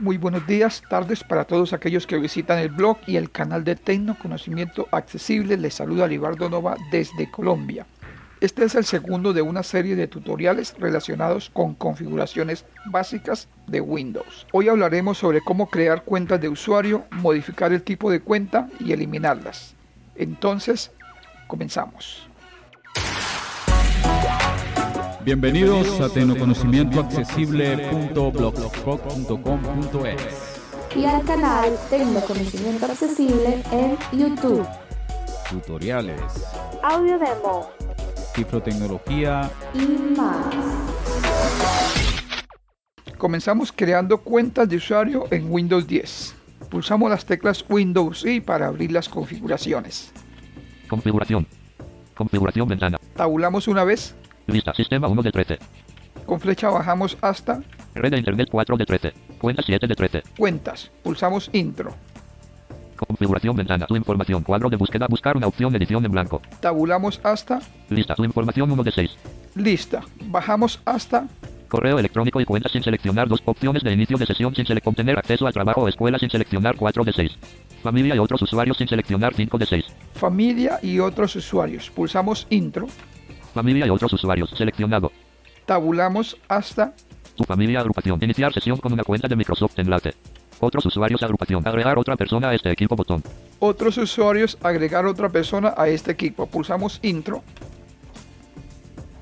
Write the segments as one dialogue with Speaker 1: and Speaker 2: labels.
Speaker 1: Muy buenos días, tardes para todos aquellos que visitan el blog y el canal de Tecnoconocimiento Accesible. Les saluda Libardo Nova desde Colombia. Este es el segundo de una serie de tutoriales relacionados con configuraciones básicas de Windows. Hoy hablaremos sobre cómo crear cuentas de usuario, modificar el tipo de cuenta y eliminarlas. Entonces, comenzamos.
Speaker 2: Bienvenidos, Bienvenidos a tecnoconocimientoaccesible.blogspot.com.es
Speaker 3: y al canal Tecnoconocimiento Accesible en YouTube.
Speaker 2: Tutoriales,
Speaker 3: audio demo,
Speaker 2: cifrotecnología
Speaker 3: y más.
Speaker 1: Comenzamos creando cuentas de usuario en Windows 10. Pulsamos las teclas Windows y para abrir las configuraciones.
Speaker 4: Configuración. Configuración ventana.
Speaker 1: Tabulamos una vez
Speaker 4: Lista sistema 1 de 13.
Speaker 1: Con flecha bajamos hasta
Speaker 4: Red de internet 4 de 13. Cuenta 7 de 13.
Speaker 1: cuentas. Pulsamos intro.
Speaker 4: Configuración ventana. Tu información. Cuadro de búsqueda. Buscar una opción. Edición en blanco.
Speaker 1: Tabulamos hasta
Speaker 4: Lista. Tu información 1 de 6.
Speaker 1: lista. Bajamos hasta
Speaker 4: Correo electrónico y cuenta sin seleccionar. Dos opciones de inicio de sesión sin seleccionar. Obtener acceso al trabajo o escuela sin seleccionar. 4 de 6. Familia y otros usuarios sin seleccionar. 5 de 6.
Speaker 1: familia y otros usuarios. Pulsamos intro.
Speaker 4: Familia y otros usuarios. Seleccionado.
Speaker 1: Tabulamos hasta
Speaker 4: Tu familia agrupación. Iniciar sesión con una cuenta de Microsoft Enlace. Otros usuarios agrupación. Agregar otra persona a este equipo botón.
Speaker 1: otros usuarios. Agregar otra persona a este equipo. Pulsamos intro.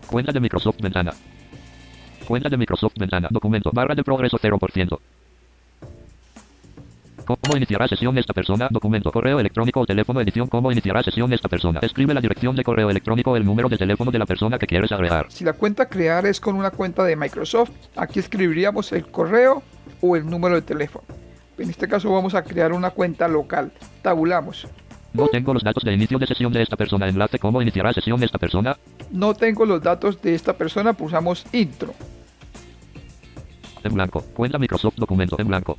Speaker 4: Cuenta de Microsoft ventana. Cuenta de Microsoft ventana. Documento. Barra de progreso 0%. ¿Cómo iniciará sesión esta persona? Documento, correo electrónico o teléfono, edición. ¿Cómo iniciará sesión esta persona? Escribe la dirección de correo electrónico, el número de teléfono de la persona que quieres agregar.
Speaker 1: Si la cuenta crear es con una cuenta de Microsoft, aquí escribiríamos el correo o el número de teléfono. En este caso vamos a crear una cuenta local. Tabulamos.
Speaker 4: No tengo los datos de inicio de sesión de esta persona. Enlace, ¿cómo iniciará sesión esta persona?
Speaker 1: No tengo los datos de esta persona, pulsamos intro.
Speaker 4: En blanco, cuenta Microsoft, documento, en blanco.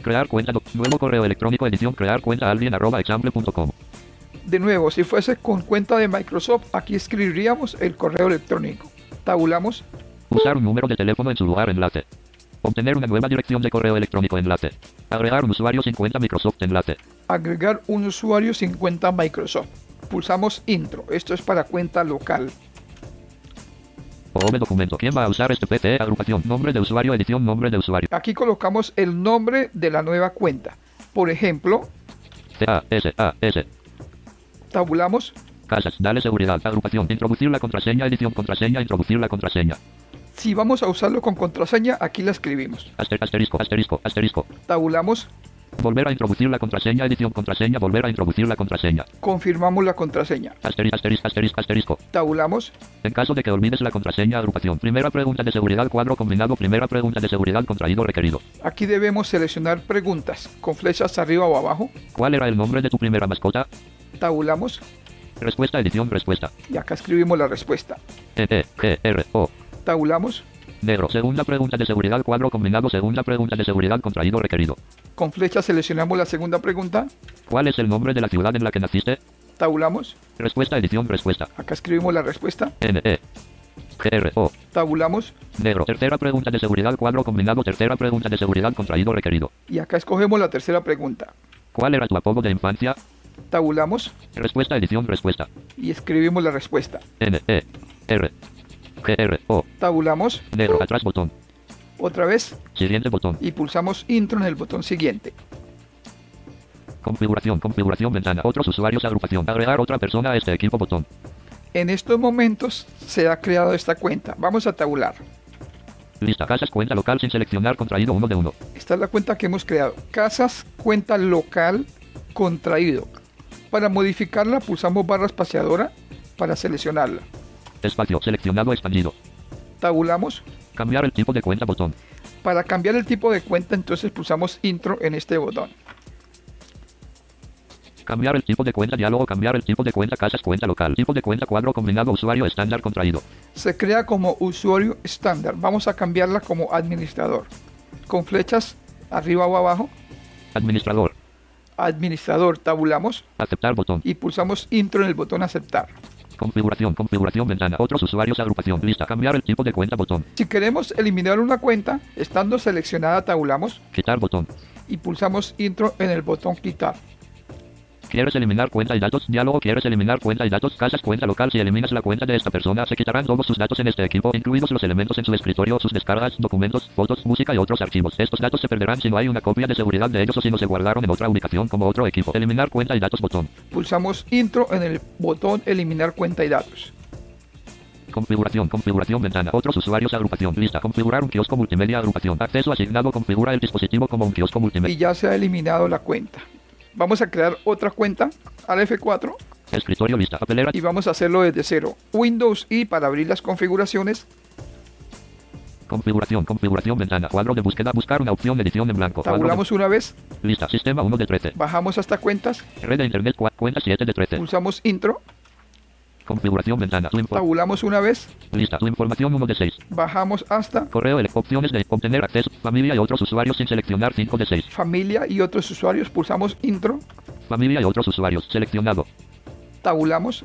Speaker 4: Crear cuenta, doc- nuevo correo electrónico, edición, crear cuenta, alguien, arroba, example.com.
Speaker 1: De nuevo, si fuese con cuenta de Microsoft, aquí escribiríamos el correo electrónico. Tabulamos.
Speaker 4: Usar un número de teléfono en su lugar enlace. Obtener una nueva dirección de correo electrónico enlace. Agregar un usuario sin cuenta Microsoft enlace.
Speaker 1: Agregar un usuario sin cuenta Microsoft. Pulsamos intro. Esto es para cuenta local.
Speaker 4: OOM documento. ¿Quién va a usar este PT? Agrupación. Nombre de usuario. Edición. Nombre de usuario.
Speaker 1: Aquí colocamos el nombre de la nueva cuenta. Por ejemplo,
Speaker 4: C-A-S-A-S.
Speaker 1: tabulamos.
Speaker 4: Casas. Dale seguridad. Agrupación. Introducir la contraseña. Edición. Contraseña. Introducir la contraseña.
Speaker 1: Si vamos a usarlo con contraseña, aquí la escribimos.
Speaker 4: Aster- asterisco. Asterisco. Asterisco.
Speaker 1: Tabulamos.
Speaker 4: Volver a introducir la contraseña. Edición. Contraseña. Volver a introducir la contraseña.
Speaker 1: Confirmamos la contraseña.
Speaker 4: Asterisco. Asterisco. Asterisco. Asterisco.
Speaker 1: Tabulamos.
Speaker 4: En caso de que olvides la contraseña. Agrupación. Primera pregunta de seguridad. Cuadro combinado. Primera pregunta de seguridad. Contraído requerido.
Speaker 1: Aquí debemos seleccionar preguntas con flechas arriba o abajo.
Speaker 4: ¿Cuál era el nombre de tu primera mascota?
Speaker 1: Tabulamos.
Speaker 4: Respuesta. Edición. Respuesta.
Speaker 1: Y acá escribimos la respuesta.
Speaker 4: E-E-G-R-O.
Speaker 1: Tabulamos.
Speaker 4: Negro. Segunda pregunta de seguridad. Cuadro combinado. Segunda pregunta de seguridad. Contraído requerido.
Speaker 1: Con flechas seleccionamos la segunda pregunta.
Speaker 4: ¿Cuál es el nombre de la ciudad en la que naciste?
Speaker 1: Tabulamos.
Speaker 4: Respuesta. Edición. Respuesta.
Speaker 1: Acá escribimos la respuesta.
Speaker 4: N E G R O.
Speaker 1: Tabulamos.
Speaker 4: Negro. Tercera pregunta de seguridad. Cuadro combinado. Tercera pregunta de seguridad. Contraído requerido.
Speaker 1: Y acá escogemos la tercera pregunta.
Speaker 4: ¿Cuál era tu apodo de infancia?
Speaker 1: Tabulamos
Speaker 4: Respuesta. Edición. Respuesta.
Speaker 1: y escribimos la respuesta.
Speaker 4: N E R G R O.
Speaker 1: Tabulamos
Speaker 4: Negro. Atrás botón.
Speaker 1: otra vez
Speaker 4: Siguiente botón.
Speaker 1: y pulsamos intro en el botón siguiente.
Speaker 4: Configuración. Configuración. Ventana. Otros usuarios. Agrupación. Agregar otra persona a este equipo. Botón.
Speaker 1: En estos momentos se ha creado esta cuenta. Vamos a tabular.
Speaker 4: Lista. Casas. Cuenta local sin seleccionar. Contraído uno de uno.
Speaker 1: Esta es la cuenta que hemos creado. Casas, cuenta local, contraído. Para modificarla pulsamos barra espaciadora para seleccionarla.
Speaker 4: Espacio. Seleccionado. Expandido.
Speaker 1: Tabulamos.
Speaker 4: Cambiar el tipo de cuenta. Botón.
Speaker 1: Para cambiar el tipo de cuenta entonces pulsamos intro en este botón.
Speaker 4: Cambiar el tipo de cuenta, diálogo, cambiar el tipo de cuenta, casas, cuenta local, tipo de cuenta, cuadro combinado, usuario estándar contraído.
Speaker 1: se crea como usuario estándar. Vamos a cambiarla como administrador. Con flechas arriba o abajo,
Speaker 4: Administrador,
Speaker 1: administrador, tabulamos
Speaker 4: aceptar botón,
Speaker 1: y pulsamos intro en el botón aceptar.
Speaker 4: Configuración, configuración, ventana. Otros usuarios, agrupación. Lista. Cambiar el tipo de cuenta, botón.
Speaker 1: Si queremos eliminar una cuenta, estando seleccionada tabulamos
Speaker 4: Quitar botón.
Speaker 1: y pulsamos intro en el botón quitar.
Speaker 4: ¿Quieres eliminar cuenta y datos? Diálogo. ¿Quieres eliminar cuenta y datos? Casas cuenta local. Si eliminas la cuenta de esta persona, se quitarán todos sus datos en este equipo, incluidos los elementos en su escritorio, sus descargas, documentos, fotos, música y otros archivos. Estos datos se perderán si no hay una copia de seguridad de ellos o si no se guardaron en otra ubicación como otro equipo. Eliminar cuenta y datos, botón.
Speaker 1: Pulsamos intro en el botón eliminar cuenta y datos.
Speaker 4: Configuración, configuración, ventana. Otros usuarios, agrupación. Lista. Configurar un kiosco multimedia, agrupación. Acceso asignado. Configura el dispositivo como un kiosco
Speaker 1: Y
Speaker 4: multimedia.
Speaker 1: ya se ha eliminado la cuenta. Vamos a crear otra cuenta al F4
Speaker 4: Escritorio, lista. Papelera.
Speaker 1: y vamos a hacerlo desde cero. Windows y para abrir las configuraciones,
Speaker 4: Configuración, configuración, ventana. Cuadro de búsqueda. Buscar una opción, edición en blanco. Cuadro de-
Speaker 1: tabulamos una vez,
Speaker 4: Lista. Sistema 1 de 13.
Speaker 1: bajamos hasta cuentas,
Speaker 4: Red de internet. cua- Cuenta 7 de 13.
Speaker 1: pulsamos intro,
Speaker 4: Configuración ventana. Tu info-
Speaker 1: tabulamos una vez,
Speaker 4: Lista. Tu información 1 de 6.
Speaker 1: bajamos hasta
Speaker 4: Correo. ele- Opciones de obtener acceso. Familia y otros usuarios sin seleccionar 5 de 6.
Speaker 1: familia y otros usuarios, pulsamos intro,
Speaker 4: Familia y otros usuarios. Seleccionado.
Speaker 1: tabulamos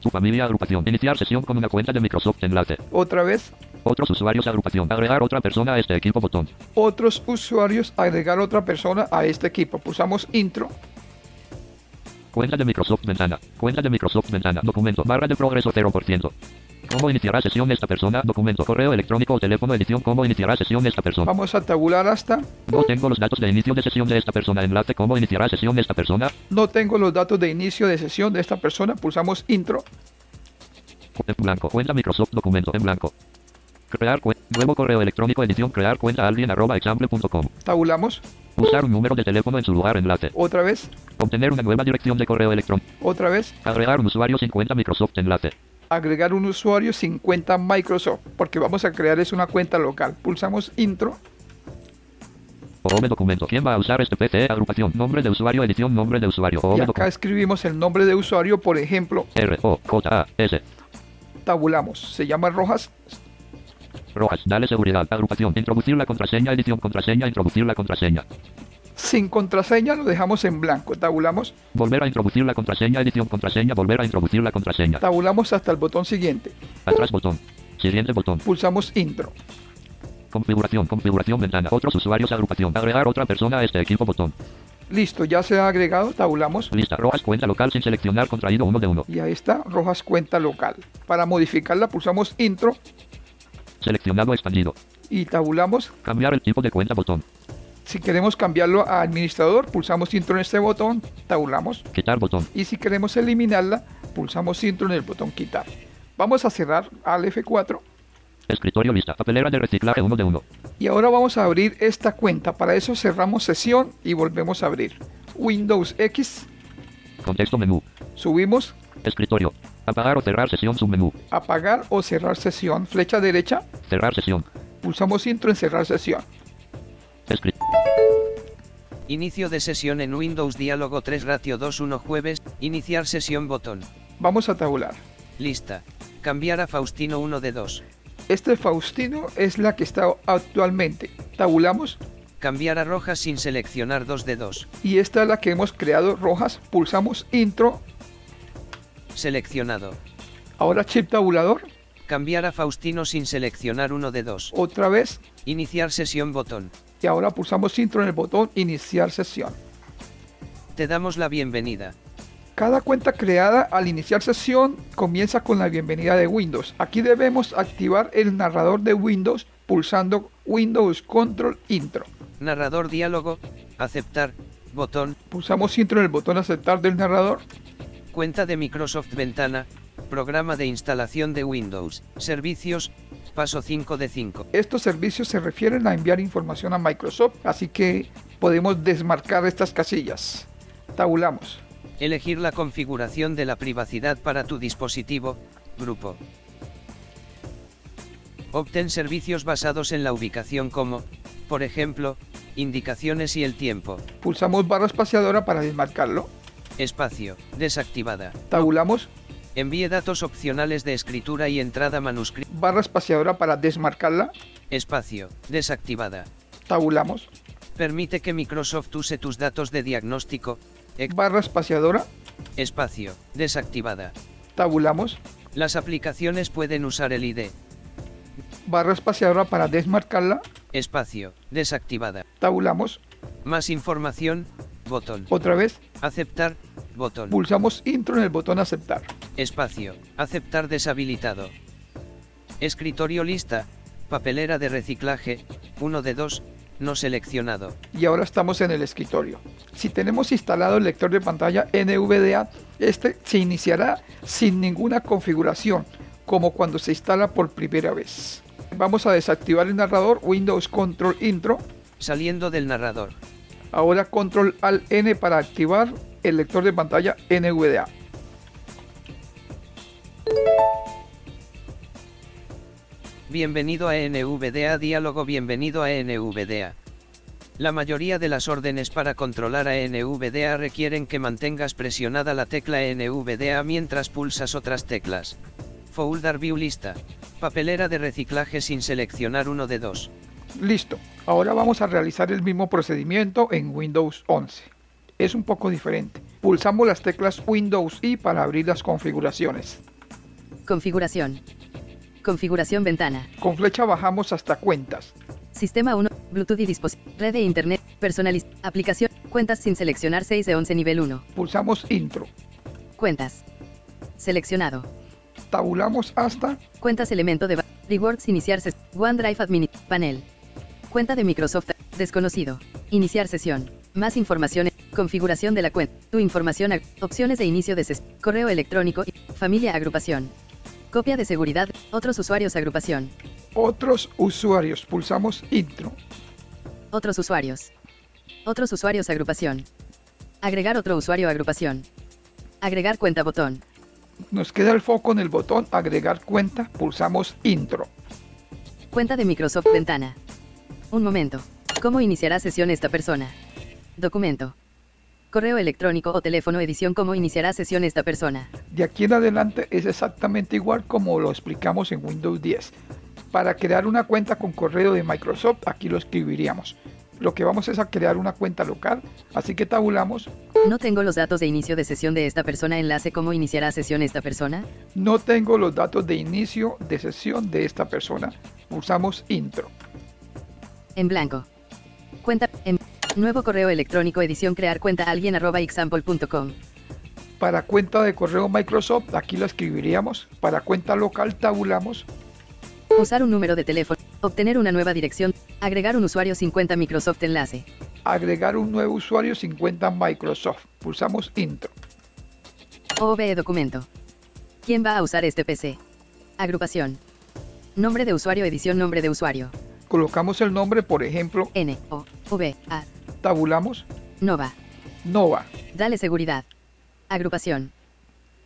Speaker 4: Tu familia agrupación. Iniciar sesión con una cuenta de Microsoft enlace.
Speaker 1: otra vez,
Speaker 4: Otros usuarios agrupación. Agregar otra persona a este equipo botón.
Speaker 1: otros usuarios, agregar otra persona a este equipo, pulsamos intro,
Speaker 4: Cuenta de Microsoft ventana. Cuenta de Microsoft ventana. Documento. Barra de progreso 0%. ¿Cómo iniciará sesión esta persona? Documento. Correo electrónico o teléfono edición. ¿Cómo iniciará sesión esta persona?
Speaker 1: vamos a tabular hasta,
Speaker 4: No tengo los datos de inicio de sesión de esta persona. Enlace. ¿Cómo iniciará sesión esta persona?
Speaker 1: no tengo los datos de inicio de sesión de esta persona, pulsamos intro,
Speaker 4: En blanco. Cuenta Microsoft documento. En blanco. Crear cuen- Nuevo correo electrónico. Edición. Crear cuenta alguien arroba example.com.
Speaker 1: tabulamos
Speaker 4: Usar un número de teléfono en su lugar. Enlace.
Speaker 1: otra vez,
Speaker 4: Obtener una nueva dirección de correo electrónico.
Speaker 1: otra vez,
Speaker 4: Agregar un usuario sin cuenta Microsoft. Enlace.
Speaker 1: agregar un usuario 50 Microsoft, porque vamos a crear es una cuenta local, pulsamos intro,
Speaker 4: OOM documento. ¿Quién va a usar este PC? Agrupación. Nombre de usuario. Edición. Nombre de usuario.
Speaker 1: y
Speaker 4: OOM
Speaker 1: acá
Speaker 4: documento.
Speaker 1: escribimos el nombre de usuario, por ejemplo,
Speaker 4: R. O. J. A. S.
Speaker 1: tabulamos, se llama Rojas,
Speaker 4: Rojas. Dale seguridad. Agrupación. Introducir la contraseña. Edición. Contraseña. Introducir la contraseña.
Speaker 1: sin contraseña lo dejamos en blanco, tabulamos,
Speaker 4: Volver a introducir la contraseña. Edición. Contraseña. Volver a introducir la contraseña.
Speaker 1: tabulamos hasta el botón siguiente,
Speaker 4: Atrás botón. Siguiente botón.
Speaker 1: pulsamos intro,
Speaker 4: Configuración, configuración, ventana. Otros usuarios, agrupación. Agregar otra persona a este equipo, botón.
Speaker 1: listo, ya se ha agregado, tabulamos,
Speaker 4: Lista, rojas, cuenta local sin seleccionar, contraído uno de uno.
Speaker 1: y ahí está Rojas cuenta local, para modificarla pulsamos intro
Speaker 4: Seleccionado, expandido.
Speaker 1: y tabulamos,
Speaker 4: Cambiar el tipo de cuenta, botón.
Speaker 1: si queremos cambiarlo a administrador, pulsamos intro en este botón, tabulamos,
Speaker 4: Quitar, botón.
Speaker 1: y si queremos eliminarla, pulsamos intro en el botón quitar. Vamos a cerrar al F4
Speaker 4: Escritorio, lista. Papelera de reciclaje, uno de uno.
Speaker 1: y ahora vamos a abrir esta cuenta. Para eso cerramos sesión y volvemos a abrir. Windows X,
Speaker 4: Contexto, menú.
Speaker 1: subimos,
Speaker 4: Escritorio. Apagar o cerrar sesión, submenú.
Speaker 1: apagar o cerrar sesión, flecha derecha,
Speaker 4: Cerrar sesión.
Speaker 1: pulsamos intro en cerrar sesión.
Speaker 4: Escri-
Speaker 5: Inicio de sesión en Windows Diálogo 3 Ratio 21 jueves, iniciar sesión botón.
Speaker 1: Vamos a tabular.
Speaker 5: Lista. Cambiar a Faustino 1 de 2.
Speaker 1: Este Faustino es la que está actualmente. Tabulamos
Speaker 5: Cambiar a Rojas sin seleccionar 2 de 2.
Speaker 1: y esta es la que hemos creado rojas. Pulsamos intro,
Speaker 5: Seleccionado.
Speaker 1: ahora chip tabulador,
Speaker 5: Cambiar a Faustino sin seleccionar 1 de 2.
Speaker 1: otra vez
Speaker 5: Iniciar sesión botón.
Speaker 1: y ahora pulsamos intro en el botón iniciar sesión.
Speaker 5: Te damos la bienvenida.
Speaker 1: Cada cuenta creada al iniciar sesión comienza con la bienvenida de Windows. Aquí debemos activar el narrador de Windows pulsando Windows Control Intro.
Speaker 5: Narrador diálogo. Aceptar. Botón.
Speaker 1: Pulsamos intro en el botón aceptar del narrador.
Speaker 5: Cuenta de Microsoft Ventana. Programa de instalación de Windows. Servicios. Paso 5 de 5.
Speaker 1: Estos servicios se refieren a enviar información a Microsoft, así que podemos desmarcar estas casillas. Tabulamos.
Speaker 5: Elegir la configuración de la privacidad para tu dispositivo, grupo. Obtén servicios basados en la ubicación como, por ejemplo, indicaciones y el tiempo.
Speaker 1: Pulsamos barra espaciadora para desmarcarlo.
Speaker 5: Espacio, desactivada.
Speaker 1: Tabulamos
Speaker 5: Envíe datos opcionales de escritura y entrada manuscrita.
Speaker 1: barra espaciadora para desmarcarla.
Speaker 5: Espacio, desactivada.
Speaker 1: Tabulamos
Speaker 5: Permite que Microsoft use tus datos de diagnóstico. ex-
Speaker 1: barra espaciadora.
Speaker 5: Espacio, desactivada.
Speaker 1: tabulamos,
Speaker 5: Las aplicaciones pueden usar el ID.
Speaker 1: barra espaciadora para desmarcarla,
Speaker 5: Espacio. Desactivada.
Speaker 1: tabulamos,
Speaker 5: Más información. Botón.
Speaker 1: otra vez,
Speaker 5: Aceptar. Botón.
Speaker 1: pulsamos intro en el botón aceptar.
Speaker 5: Espacio. Aceptar deshabilitado. Escritorio lista. Papelera de reciclaje. 1 de 2. No seleccionado.
Speaker 1: y ahora estamos en el escritorio. Si tenemos instalado el lector de pantalla NVDA, este se iniciará sin ninguna configuración, como cuando se instala por primera vez. Vamos a desactivar el narrador Windows Control Intro,
Speaker 5: Saliendo del narrador.
Speaker 1: ahora Control al N para activar el lector de pantalla NVDA.
Speaker 5: Bienvenido a NVDA. Diálogo. Bienvenido a NVDA. La mayoría de las órdenes para controlar a NVDA requieren que mantengas presionada la tecla NVDA mientras pulsas otras teclas. Folder View lista. Papelera de reciclaje sin seleccionar uno de dos.
Speaker 1: Listo, ahora vamos a realizar el mismo procedimiento en Windows 11. Es un poco diferente. Pulsamos las teclas Windows y para abrir las configuraciones.
Speaker 6: Configuración. Configuración ventana.
Speaker 1: Con flecha bajamos hasta cuentas.
Speaker 6: Sistema 1. Bluetooth y dispositivo. Red de internet. Personaliz. Aplicación. Cuentas sin seleccionar 6 de 11 nivel 1.
Speaker 1: Pulsamos intro.
Speaker 6: Cuentas. Seleccionado.
Speaker 1: Tabulamos hasta
Speaker 6: Cuentas elemento de ba- Rewards iniciar sesión. OneDrive admin. Panel. Cuenta de Microsoft. Desconocido. Iniciar sesión. Más información. Configuración de la cuenta. Tu información. ag- Opciones de inicio de sesión. Correo electrónico. Familia agrupación. Copia de seguridad. Otros usuarios agrupación.
Speaker 1: otros usuarios. Pulsamos intro.
Speaker 6: Otros usuarios. Otros usuarios agrupación. Agregar otro usuario agrupación. Agregar cuenta botón.
Speaker 1: Nos queda el foco en el botón agregar cuenta. Pulsamos intro.
Speaker 6: Cuenta de Microsoft ventana. Un momento. ¿Cómo iniciará sesión esta persona? Documento. Correo electrónico o teléfono edición. ¿Cómo iniciará sesión esta persona?
Speaker 1: De aquí en adelante es exactamente igual como lo explicamos en Windows 10. Para crear una cuenta con correo de Microsoft, aquí lo escribiríamos. Lo que vamos es a crear una cuenta local, así que tabulamos.
Speaker 6: No tengo los datos de inicio de sesión de esta persona. Enlace. ¿Cómo iniciará sesión esta persona?
Speaker 1: No tengo los datos de inicio de sesión de esta persona. Pulsamos intro.
Speaker 6: En blanco. Cuenta. En nuevo correo electrónico edición. Crear cuenta alguien arroba example.com.
Speaker 1: Para cuenta de correo Microsoft, aquí lo escribiríamos. Para cuenta local, tabulamos.
Speaker 6: Usar un número de teléfono. Obtener una nueva dirección. Agregar un usuario 50 Microsoft enlace.
Speaker 1: Agregar un nuevo usuario 50 Microsoft. Pulsamos intro.
Speaker 6: OBE E documento. ¿Quién va a usar este PC? Agrupación. Nombre de usuario, edición, nombre de usuario.
Speaker 1: Colocamos el nombre, por ejemplo,
Speaker 6: N, O, V, A,
Speaker 1: tabulamos
Speaker 6: Nova.
Speaker 1: Nova.
Speaker 6: Dale seguridad. Agrupación.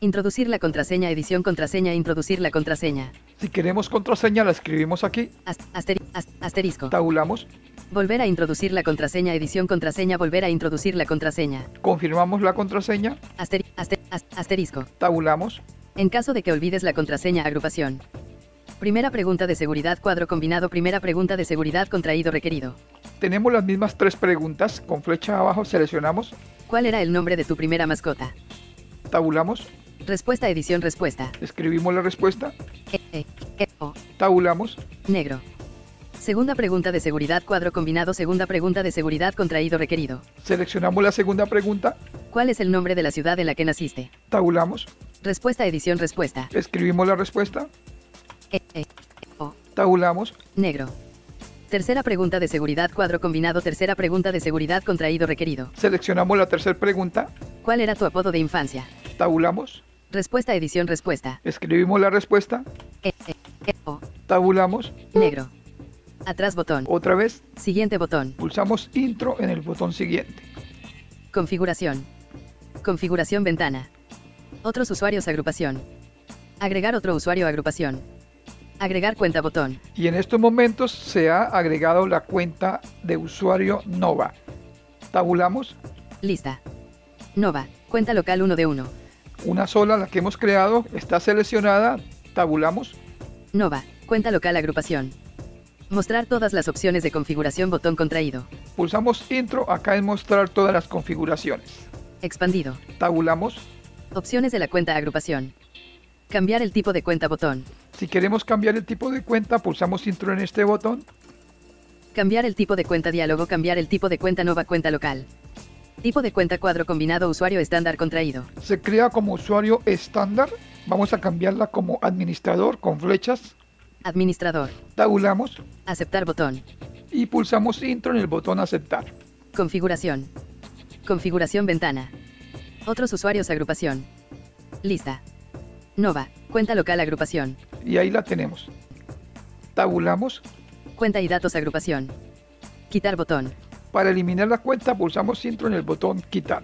Speaker 6: Introducir la contraseña, edición, contraseña, introducir la contraseña.
Speaker 1: Si queremos contraseña, la escribimos aquí.
Speaker 6: As- asteri- as- asterisco.
Speaker 1: Tabulamos,
Speaker 6: Volver a introducir la contraseña, edición, contraseña, volver a introducir la contraseña.
Speaker 1: confirmamos la contraseña,
Speaker 6: Asteri- aster- as- asterisco.
Speaker 1: tabulamos,
Speaker 6: En caso de que olvides la contraseña agrupación. Primera pregunta de seguridad cuadro combinado. Primera pregunta de seguridad contraído requerido.
Speaker 1: tenemos las mismas tres preguntas, con flecha abajo seleccionamos,
Speaker 6: ¿Cuál era el nombre de tu primera mascota?
Speaker 1: tabulamos,
Speaker 6: Respuesta edición respuesta.
Speaker 1: escribimos la respuesta,
Speaker 6: E, E, E, O,
Speaker 1: tabulamos,
Speaker 6: negro. Segunda pregunta de seguridad cuadro combinado. Segunda pregunta de seguridad contraído requerido.
Speaker 1: seleccionamos la segunda pregunta,
Speaker 6: ¿Cuál es el nombre de la ciudad en la que naciste?
Speaker 1: tabulamos,
Speaker 6: Respuesta edición respuesta.
Speaker 1: escribimos la respuesta,
Speaker 6: E, E, E, O,
Speaker 1: tabulamos,
Speaker 6: negro. Tercera pregunta de seguridad cuadro combinado. Tercera pregunta de seguridad contraído requerido.
Speaker 1: seleccionamos la tercera pregunta,
Speaker 6: ¿Cuál era tu apodo de infancia?
Speaker 1: tabulamos,
Speaker 6: Respuesta edición respuesta.
Speaker 1: escribimos la respuesta,
Speaker 6: E, E, E, O,
Speaker 1: tabulamos,
Speaker 6: negro. Atrás botón.
Speaker 1: otra vez,
Speaker 6: Siguiente botón.
Speaker 1: pulsamos intro en el botón siguiente.
Speaker 6: Configuración. Configuración ventana. Otros usuarios agrupación. Agregar otro usuario agrupación. Agregar cuenta botón.
Speaker 1: y en estos momentos se ha agregado la cuenta de usuario Nova. Tabulamos
Speaker 6: Lista. Nova. Cuenta local 1 de 1.
Speaker 1: una sola, la que hemos creado, está seleccionada, tabulamos,
Speaker 6: Nova. Cuenta local agrupación. Mostrar todas las opciones de configuración botón contraído.
Speaker 1: pulsamos intro acá en mostrar todas las configuraciones,
Speaker 6: Expandido.
Speaker 1: tabulamos,
Speaker 6: Opciones de la cuenta agrupación. Cambiar el tipo de cuenta botón.
Speaker 1: Si queremos cambiar el tipo de cuenta, pulsamos intro en este botón.
Speaker 6: Cambiar el tipo de cuenta diálogo. Cambiar el tipo de cuenta nueva cuenta local. Tipo de cuenta cuadro combinado usuario estándar contraído.
Speaker 1: Se crea como usuario estándar. Vamos a cambiarla como administrador con flechas.
Speaker 6: Administrador.
Speaker 1: Tabulamos
Speaker 6: Aceptar botón.
Speaker 1: y pulsamos intro en el botón aceptar.
Speaker 6: Configuración. Configuración ventana. Otros usuarios agrupación. Lista. Nova. Cuenta local agrupación.
Speaker 1: Y ahí la tenemos. Tabulamos.
Speaker 6: Cuenta y datos agrupación. Quitar botón.
Speaker 1: Para eliminar la cuenta, pulsamos intro en el botón quitar.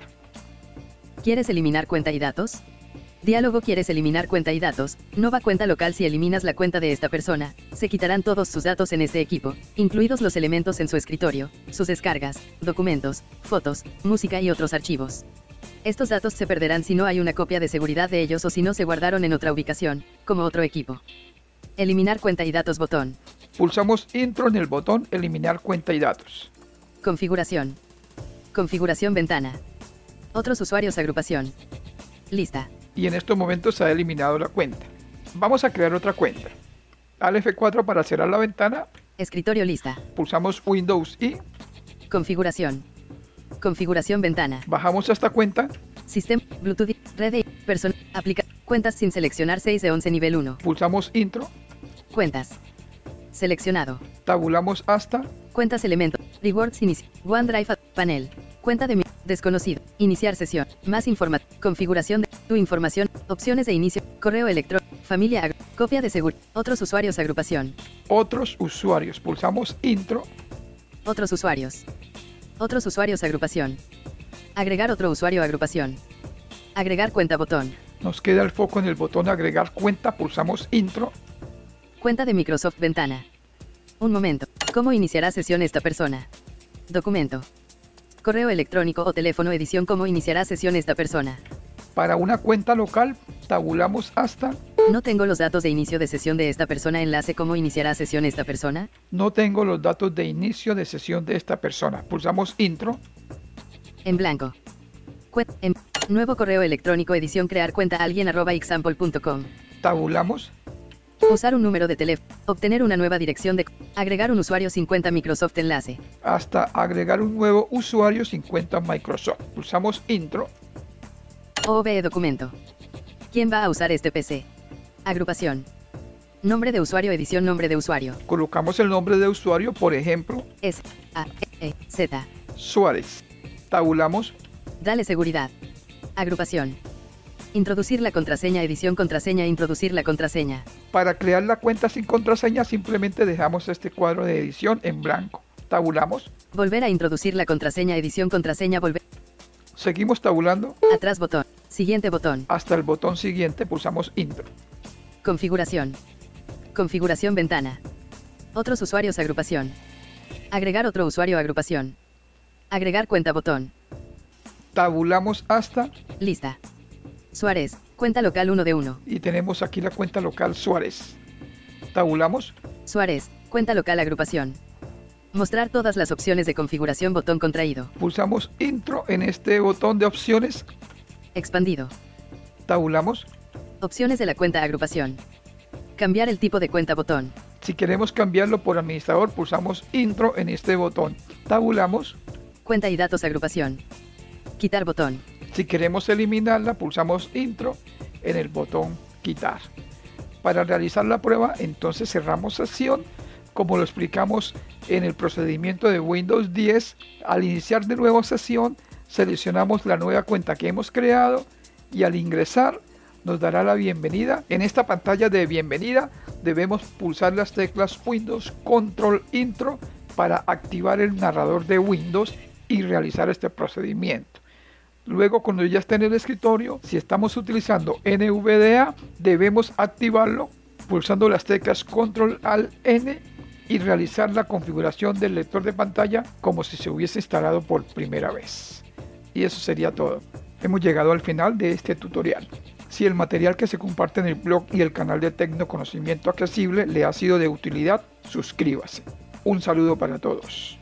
Speaker 6: ¿Quieres eliminar cuenta y datos? Diálogo ¿Quieres eliminar cuenta y datos? Nova cuenta local si eliminas la cuenta de esta persona, se quitarán todos sus datos en este equipo, incluidos los elementos en su escritorio, sus descargas, documentos, fotos, música y otros archivos. Estos datos se perderán si no hay una copia de seguridad de ellos o si no se guardaron en otra ubicación, como otro equipo. Eliminar cuenta y datos botón.
Speaker 1: Pulsamos intro en el botón eliminar cuenta y datos.
Speaker 6: Configuración. Configuración ventana. Otros usuarios agrupación. Lista.
Speaker 1: y en estos momentos se ha eliminado la cuenta. Vamos a crear otra cuenta. Al F4 para cerrar la ventana,
Speaker 6: Escritorio lista.
Speaker 1: pulsamos Windows y
Speaker 6: Configuración. Configuración ventana.
Speaker 1: bajamos a esta cuenta,
Speaker 6: Sistema, Bluetooth, red y persona, aplica, cuentas sin seleccionar 6 de 11 nivel 1.
Speaker 1: pulsamos Intro,
Speaker 6: Cuentas. Seleccionado.
Speaker 1: tabulamos hasta,
Speaker 6: Cuentas elemento. Rewards inicio. OneDrive. Panel. Cuenta de mi. Desconocido. Iniciar sesión. Más información. Configuración de tu información. Opciones de inicio. Correo electrónico. Familia. agru- Copia de seguro. Otros usuarios. Agrupación.
Speaker 1: otros usuarios, pulsamos Intro,
Speaker 6: Otros usuarios. Otros usuarios. Agrupación. Agregar otro usuario. Agrupación. Agregar cuenta botón.
Speaker 1: nos queda el foco en el botón agregar cuenta, pulsamos Intro,
Speaker 6: Cuenta de Microsoft Ventana. Un momento. ¿Cómo iniciará sesión esta persona? Documento. Correo electrónico o teléfono edición. ¿Cómo iniciará sesión esta persona?
Speaker 1: para una cuenta local, tabulamos hasta,
Speaker 6: No tengo los datos de inicio de sesión de esta persona. Enlace. ¿Cómo iniciará sesión esta persona?
Speaker 1: no tengo los datos de inicio de sesión de esta persona, pulsamos Intro,
Speaker 6: En blanco. Cue- en- nuevo correo electrónico edición. Crear cuenta alguien arroba example.com.
Speaker 1: tabulamos,
Speaker 6: Usar un número de teléfono. Obtener una nueva dirección de... Agregar un usuario 50 Microsoft enlace.
Speaker 1: hasta agregar un nuevo usuario 50 Microsoft, pulsamos Intro,
Speaker 6: OBE documento. ¿Quién va a usar este PC? Agrupación. Nombre de usuario, edición, nombre de usuario.
Speaker 1: colocamos el nombre de usuario, por ejemplo,
Speaker 6: S, A, E, E, Z.
Speaker 1: Suárez. Tabulamos,
Speaker 6: Dale seguridad. Agrupación. Introducir la contraseña, edición, contraseña, introducir la contraseña.
Speaker 1: para crear la cuenta sin contraseña simplemente dejamos este cuadro de edición en blanco. Tabulamos,
Speaker 6: Volver a introducir la contraseña, edición, contraseña, volver.
Speaker 1: seguimos tabulando
Speaker 6: Atrás botón. Siguiente botón.
Speaker 1: hasta el botón siguiente, pulsamos intro.
Speaker 6: Configuración. Configuración ventana. Otros usuarios, agrupación. Agregar otro usuario, agrupación. Agregar cuenta botón.
Speaker 1: Tabulamos hasta
Speaker 6: Lista. Suárez, cuenta local 1 de 1.
Speaker 1: y tenemos aquí la cuenta local Suárez. Tabulamos,
Speaker 6: Suárez, cuenta local agrupación. Mostrar todas las opciones de configuración botón contraído.
Speaker 1: pulsamos intro en este botón de opciones,
Speaker 6: Expandido.
Speaker 1: tabulamos.
Speaker 6: Opciones de la cuenta agrupación. Cambiar el tipo de cuenta botón.
Speaker 1: Si queremos cambiarlo por administrador, pulsamos intro en este botón. Tabulamos.
Speaker 6: Cuenta y datos agrupación. Quitar botón.
Speaker 1: Si queremos eliminarla, pulsamos intro en el botón quitar. Para realizar la prueba, entonces cerramos sesión, como lo explicamos en el procedimiento de Windows 10. Al iniciar de nuevo sesión, seleccionamos la nueva cuenta que hemos creado y al ingresar nos dará la bienvenida. En esta pantalla de bienvenida debemos pulsar las teclas Windows Control Intro para activar el narrador de Windows y realizar este procedimiento. Luego, cuando ya esté en el escritorio, si estamos utilizando NVDA, debemos activarlo pulsando las teclas Control al N y realizar la configuración del lector de pantalla como si se hubiese instalado por primera vez. Y eso sería todo. Hemos llegado al final de este tutorial. Si el material que se comparte en el blog y el canal de Tecnoconocimiento Accesible le ha sido de utilidad, suscríbase. Un saludo para todos.